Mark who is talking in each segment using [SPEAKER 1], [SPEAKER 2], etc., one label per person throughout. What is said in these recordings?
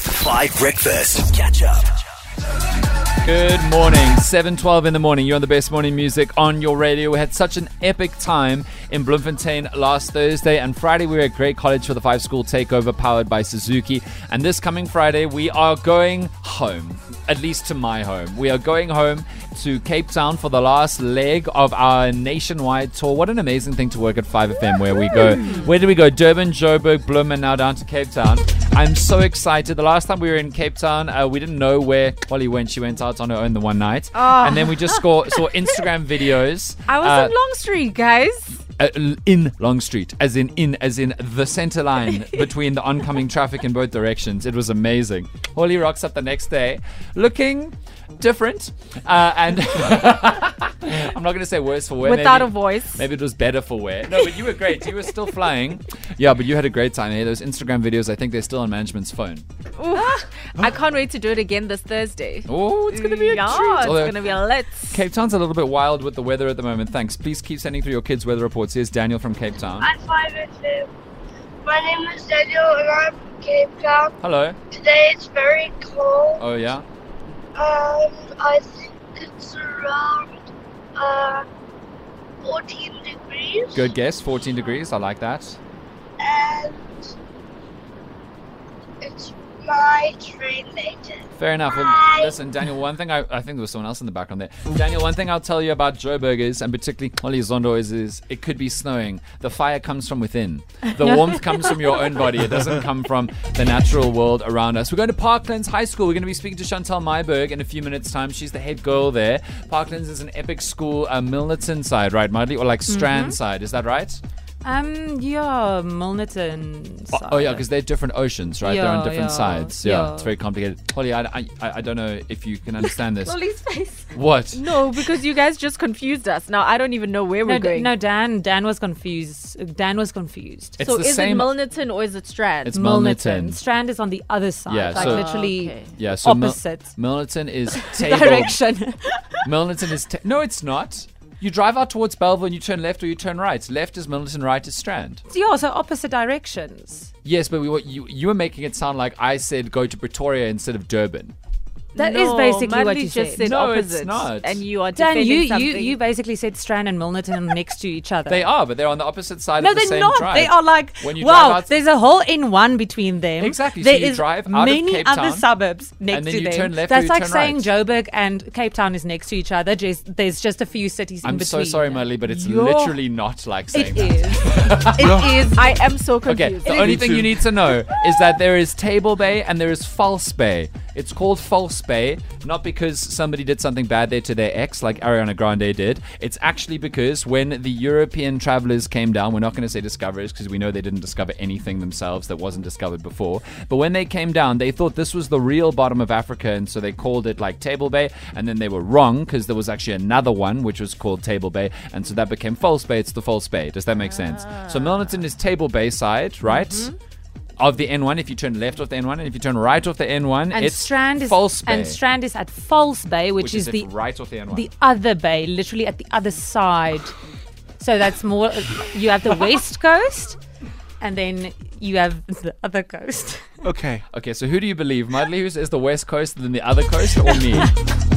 [SPEAKER 1] Five Breakfast. Catch up.
[SPEAKER 2] Good morning, 7:12 in the morning. You're on the best morning music on your radio. We had such an epic time in Bloemfontein last Thursday and Friday. We were at Great College for the Five School Takeover, powered by Suzuki. And this coming Friday, we are going home, at least to my home. We are going home to Cape Town for the last leg of our nationwide tour. What an amazing thing to work at 5FM, where we go. Where do we go? Durban, Joburg, Bloem, and now down to Cape Town. I'm so excited. The last time we were in Cape Town, uh, we didn't know where Polly went. She went out on her own the one night, and then we just saw, saw Instagram videos.
[SPEAKER 3] Ah. I was
[SPEAKER 2] uh,
[SPEAKER 3] in Longstreet, guys.
[SPEAKER 2] uh, l- in Longstreet, as in in as in the center line between the oncoming traffic in both directions. It was amazing. Holly rocks up the next day, looking different, uh, and I'm not going to say worse for wear.
[SPEAKER 3] Without
[SPEAKER 2] maybe-
[SPEAKER 3] a voice.
[SPEAKER 2] Maybe it was better for wear. No, but you were great. You were still flying. Yeah, but you had a great time. Hey, those Instagram videos, I think they're still on management's phone.
[SPEAKER 3] Oof. I can't wait to do it again this Thursday.
[SPEAKER 2] Oh, it's going to be a
[SPEAKER 3] yeah,
[SPEAKER 2] treat.
[SPEAKER 3] It's
[SPEAKER 2] Although-
[SPEAKER 3] going to be a lit.
[SPEAKER 2] Cape Town's a little bit wild with the weather at the moment. Thanks. Please keep sending through your kids' weather reports. Here's Daniel from Cape Town.
[SPEAKER 4] at 5 FM. My name is Daniel and I'm from Cape Town.
[SPEAKER 2] Hello.
[SPEAKER 4] Today it's very cold.
[SPEAKER 2] Oh yeah.
[SPEAKER 4] Um, I think it's around uh, 14 degrees.
[SPEAKER 2] Good guess. 14 degrees. I like that.
[SPEAKER 4] And it's my train later.
[SPEAKER 2] Fair enough. Well,
[SPEAKER 4] Hi.
[SPEAKER 2] listen, Daniel, one thing I, I think there was someone else in the background there. Daniel, one thing I'll tell you about Joe Burgers and particularly Molly Zondo is, is it could be snowing. The fire comes from within. The warmth comes from your own body. It doesn't come from the natural world around us. We're going to Parklands High School. We're going to be speaking to Chantal Myberg in a few minutes' time. She's the head girl there. Parklands is an epic school, uh, Milnerton side, right, Mudley? Or like
[SPEAKER 3] Mm-hmm.
[SPEAKER 2] Strand side. Is that right?
[SPEAKER 3] Um, yeah, Milnerton.
[SPEAKER 2] Oh, oh, yeah, because they're different oceans, right? they're on
[SPEAKER 3] Yeah,
[SPEAKER 2] different
[SPEAKER 3] yeah,
[SPEAKER 2] sides. Yeah,
[SPEAKER 3] yeah.
[SPEAKER 2] it's very complicated. Holly, I, I, I don't know if you can understand this.
[SPEAKER 3] Lily's face.
[SPEAKER 2] what?
[SPEAKER 3] No, because you guys just confused us. Now I don't even know where
[SPEAKER 5] No,
[SPEAKER 3] we're
[SPEAKER 5] D-
[SPEAKER 3] going.
[SPEAKER 5] no, Dan. Dan was confused. Dan was confused.
[SPEAKER 2] It's
[SPEAKER 3] so
[SPEAKER 2] the
[SPEAKER 3] is
[SPEAKER 2] same.
[SPEAKER 3] it Milnerton or is it Strand?
[SPEAKER 2] It's Milnerton.
[SPEAKER 5] Strand is on the other side.
[SPEAKER 2] Yeah,
[SPEAKER 5] like
[SPEAKER 2] so-
[SPEAKER 5] literally
[SPEAKER 3] Okay.
[SPEAKER 2] yeah, so Mil-
[SPEAKER 5] opposite
[SPEAKER 2] Milnerton is table.
[SPEAKER 5] direction.
[SPEAKER 2] Milnerton is ta- no, it's not. You drive out towards Belleville and you turn left or you turn right. Left is Milnerton, right is Strand.
[SPEAKER 5] yeah, so opposite directions.
[SPEAKER 2] Yes, but we were, you you were making it sound like I said go to Pretoria instead of Durban.
[SPEAKER 5] That is
[SPEAKER 3] No,
[SPEAKER 5] basically what
[SPEAKER 3] Madly
[SPEAKER 5] you
[SPEAKER 3] just said.
[SPEAKER 5] said.
[SPEAKER 2] No, it's
[SPEAKER 3] opposite,
[SPEAKER 2] not.
[SPEAKER 3] And you are
[SPEAKER 5] Dan,
[SPEAKER 3] defending
[SPEAKER 5] you, you
[SPEAKER 3] something.
[SPEAKER 5] you basically said Strand and Milnerton are next to each other.
[SPEAKER 2] They are, but they're on the opposite side
[SPEAKER 5] No,
[SPEAKER 2] of the
[SPEAKER 5] they're
[SPEAKER 2] same
[SPEAKER 5] not.
[SPEAKER 2] drive.
[SPEAKER 5] They are like
[SPEAKER 2] When you drive
[SPEAKER 5] wow.
[SPEAKER 2] out-
[SPEAKER 5] there's a hole in one between them.
[SPEAKER 2] Exactly, so
[SPEAKER 5] There
[SPEAKER 2] you
[SPEAKER 5] is
[SPEAKER 2] drive out of
[SPEAKER 5] many
[SPEAKER 2] Cape
[SPEAKER 5] other
[SPEAKER 2] Town,
[SPEAKER 5] suburbs next
[SPEAKER 2] then
[SPEAKER 5] to
[SPEAKER 2] you
[SPEAKER 5] them.
[SPEAKER 2] turn left or
[SPEAKER 5] That's
[SPEAKER 2] you
[SPEAKER 5] like
[SPEAKER 2] turn
[SPEAKER 5] saying
[SPEAKER 2] right.
[SPEAKER 5] Joburg and Cape Town is next to each other. Just, there's just a few cities in
[SPEAKER 2] I'm
[SPEAKER 5] between.
[SPEAKER 2] so sorry, Molly, but it's
[SPEAKER 5] You're-
[SPEAKER 2] literally not like saying
[SPEAKER 3] It
[SPEAKER 2] that.
[SPEAKER 3] is. it is. I am so
[SPEAKER 2] Okay,
[SPEAKER 3] confused.
[SPEAKER 2] the only thing you need to know is that there is Table Bay and there is False Bay. It's called False Bay, not because somebody did something bad there to their ex, like Ariana Grande did. It's actually because when the European travelers came down, we're not going to say discoverers because we know they didn't discover anything themselves that wasn't discovered before. But when they came down, they thought this was the real bottom of Africa, and so they called it like Table Bay, and then they were wrong because there was actually another one which was called Table Bay, and so that became False Bay. It's the False Bay. Does that make sense? So Milnerton is Table Bay side, right? Of the N1, if you turn left off the N1, and if you turn right off the N1,
[SPEAKER 5] and
[SPEAKER 2] it's
[SPEAKER 5] Strand is
[SPEAKER 2] False Bay,
[SPEAKER 5] and Strand is at False Bay, which,
[SPEAKER 2] which
[SPEAKER 5] is,
[SPEAKER 2] is, it
[SPEAKER 5] the
[SPEAKER 2] right off the N1.
[SPEAKER 5] the other bay, literally at the other side. so that's more. You have the west coast, and then you have the other coast.
[SPEAKER 6] Okay.
[SPEAKER 2] okay, so who do you believe, Mudley? Who says the West Coast, then the other coast, or me?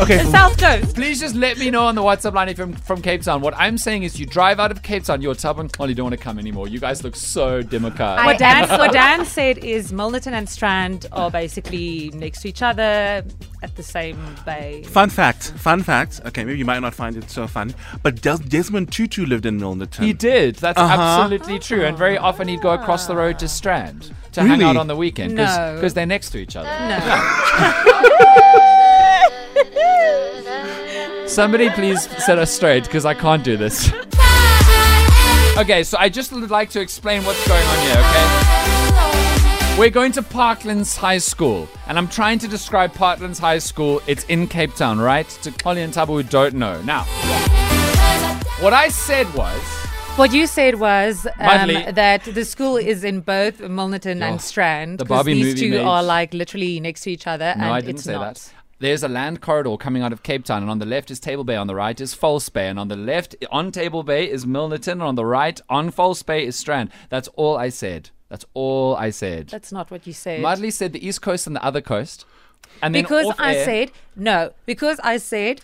[SPEAKER 6] Okay.
[SPEAKER 5] South coast.
[SPEAKER 2] Please just let me know on the WhatsApp line if you're from Cape Town. What I'm saying is, you drive out of Cape Town, you're tub and Molly don't want to come anymore. You guys look so dimaka.
[SPEAKER 5] What Dan, what Dan said is Milnerton and Strand are basically next to each other at the same bay.
[SPEAKER 6] Fun fact. Fun fact. Okay, maybe you might not find it so fun, but Des- Desmond Tutu lived in Milnerton.
[SPEAKER 2] He did. That's
[SPEAKER 6] Uh-huh.
[SPEAKER 2] absolutely true. And very often he'd go across the road to Strand to hang
[SPEAKER 6] Really?
[SPEAKER 2] out on the weekend because
[SPEAKER 5] No.
[SPEAKER 2] they're next to each other.
[SPEAKER 5] No,
[SPEAKER 2] Somebody please set us straight because I can't do this. Okay, so I just would like to explain what's going on here, okay? We're going to Parklands High School, and I'm trying to describe Parklands High School. It's in Cape Town, right? To Colin and Tabu who don't know. Now, what I said was
[SPEAKER 5] what you said was um,
[SPEAKER 2] Mudley.
[SPEAKER 5] that the school is in both Milnerton
[SPEAKER 2] Oh,
[SPEAKER 5] and Strand
[SPEAKER 2] the
[SPEAKER 5] because
[SPEAKER 2] Barbie
[SPEAKER 5] these
[SPEAKER 2] movie
[SPEAKER 5] two
[SPEAKER 2] made-
[SPEAKER 5] are like literally next to each other,
[SPEAKER 2] No,
[SPEAKER 5] and
[SPEAKER 2] I didn't
[SPEAKER 5] it's
[SPEAKER 2] say
[SPEAKER 5] not.
[SPEAKER 2] that. There's a land corridor coming out of Cape Town, and on the left is Table Bay, on the right is False Bay, and on the left, on Table Bay, is Milnerton, and on the right, on False Bay, is Strand. That's all I said. That's all I said.
[SPEAKER 5] That's not what you said.
[SPEAKER 2] Mudley said the East Coast and the other coast. And then
[SPEAKER 5] because
[SPEAKER 2] off
[SPEAKER 5] I
[SPEAKER 2] air-
[SPEAKER 5] said no. Because I said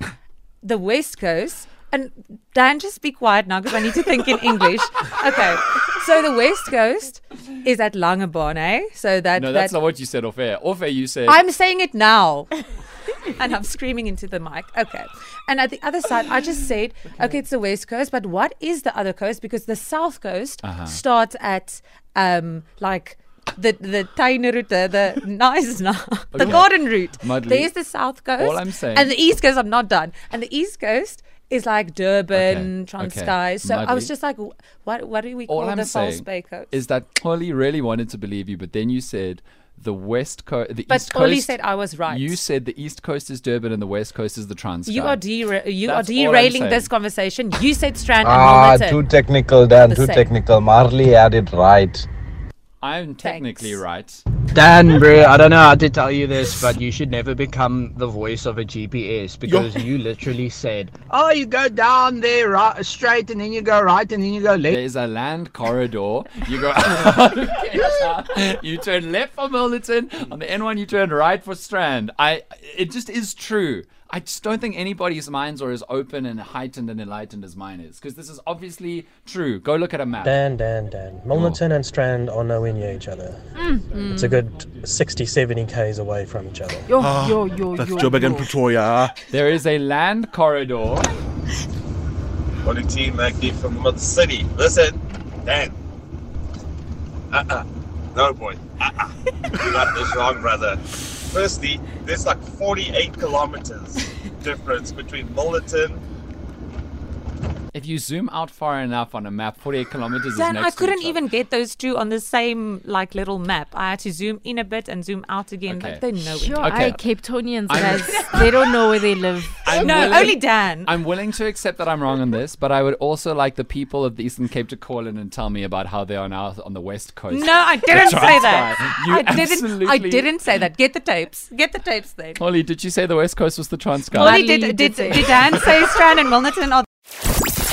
[SPEAKER 5] the West Coast. And Dan, just be quiet now because I need to think in English. Okay, so the West Coast is at Langebaan, eh? So that
[SPEAKER 2] No, that's
[SPEAKER 5] that,
[SPEAKER 2] not what you said off air. Off air, you said.
[SPEAKER 5] I'm saying it now. and I'm screaming into the mic. Okay. And at the other side, I just said, okay, it's the West Coast, but what is the other coast? Because the South Coast
[SPEAKER 2] Uh-huh.
[SPEAKER 5] starts at um like the the tiny route, the, the nice now, the
[SPEAKER 2] Okay.
[SPEAKER 5] garden route.
[SPEAKER 2] Mudley,
[SPEAKER 5] There's the South Coast.
[SPEAKER 2] all I'm saying-
[SPEAKER 5] And the East Coast, I'm not done. And the East Coast is like Durban,
[SPEAKER 2] Okay, okay.
[SPEAKER 5] Transkei. So I was
[SPEAKER 2] Mudley.
[SPEAKER 5] just like, wh- what what do we call
[SPEAKER 2] all I'm
[SPEAKER 5] the false
[SPEAKER 2] saying
[SPEAKER 5] Bay Coast?
[SPEAKER 2] is that Ollie really wanted to believe you, but then you said the West Coast, the
[SPEAKER 5] but
[SPEAKER 2] East Coast.
[SPEAKER 5] Oli said I was right.
[SPEAKER 2] You said the East Coast is Durban and the West Coast is the Trans.
[SPEAKER 5] You
[SPEAKER 2] Sky.
[SPEAKER 5] are dera- you
[SPEAKER 2] That's
[SPEAKER 5] are
[SPEAKER 2] all I'm
[SPEAKER 5] derailing
[SPEAKER 2] saying.
[SPEAKER 5] this conversation. You said strand and
[SPEAKER 7] Ah,
[SPEAKER 5] Milnerton.
[SPEAKER 7] too technical, Dan.
[SPEAKER 5] The
[SPEAKER 7] Too
[SPEAKER 5] same.
[SPEAKER 7] technical. Marley had it right.
[SPEAKER 2] I'm technically right.
[SPEAKER 8] Dan, bro, I don't know how to tell you this, but you should never become the voice of a GPS because you literally said, "Oh, you go down there, right, straight, and then you go right, and then you go left."
[SPEAKER 2] There's a land corridor. You go out of Cape Town, you turn left for Milnerton. On the N1, you turn right for Strand. I. It just is true. I just don't think anybody's minds are as open and heightened and enlightened as mine is, because this is obviously true. Go look at a map.
[SPEAKER 9] Dan, Dan, Dan. Milnerton
[SPEAKER 10] Oh.
[SPEAKER 9] and Strand are nowhere near each other. It's a good 60, 70 Ks away from each other.
[SPEAKER 3] Yo, yo, yo,
[SPEAKER 6] That's
[SPEAKER 3] yo,
[SPEAKER 6] Joburg and
[SPEAKER 3] yo.
[SPEAKER 6] Pretoria.
[SPEAKER 2] There is a land corridor.
[SPEAKER 10] Morning team, Magdi from the Mid City. Listen, Dan. Uh uh No, boy. Uh uh You got this wrong, brother. Firstly, there's like 48 kilometers difference between Millerton.
[SPEAKER 2] If you zoom out far enough on a map, 48 kilometers is
[SPEAKER 5] Dan,
[SPEAKER 2] next
[SPEAKER 5] I couldn't
[SPEAKER 2] to each other.
[SPEAKER 5] even get those two on the same like little map. I had to zoom in a bit and zoom out again.
[SPEAKER 2] Okay.
[SPEAKER 5] Like they know.
[SPEAKER 3] Yo,
[SPEAKER 5] Sure.
[SPEAKER 2] Okay.
[SPEAKER 3] I Cape Townians,
[SPEAKER 2] I'm-
[SPEAKER 3] guys. they don't know where they live.
[SPEAKER 2] I'm
[SPEAKER 5] No,
[SPEAKER 2] willing-
[SPEAKER 5] only Dan.
[SPEAKER 2] I'm willing to accept that I'm wrong on this, but I would also like the people of the Eastern Cape to call in and tell me about how they are now on the West Coast.
[SPEAKER 5] no, I didn't say that.
[SPEAKER 2] Transkai. You
[SPEAKER 5] I didn't. I
[SPEAKER 2] absolutely-
[SPEAKER 5] didn't say that. Get the tapes. Get the tapes then.
[SPEAKER 2] Ollie, did you say the West Coast was the Transkei?
[SPEAKER 5] Oli
[SPEAKER 3] Mudley,
[SPEAKER 5] did,
[SPEAKER 3] you
[SPEAKER 5] did,
[SPEAKER 3] did
[SPEAKER 5] did,
[SPEAKER 3] say-
[SPEAKER 5] Dan say Strand and Milnerton are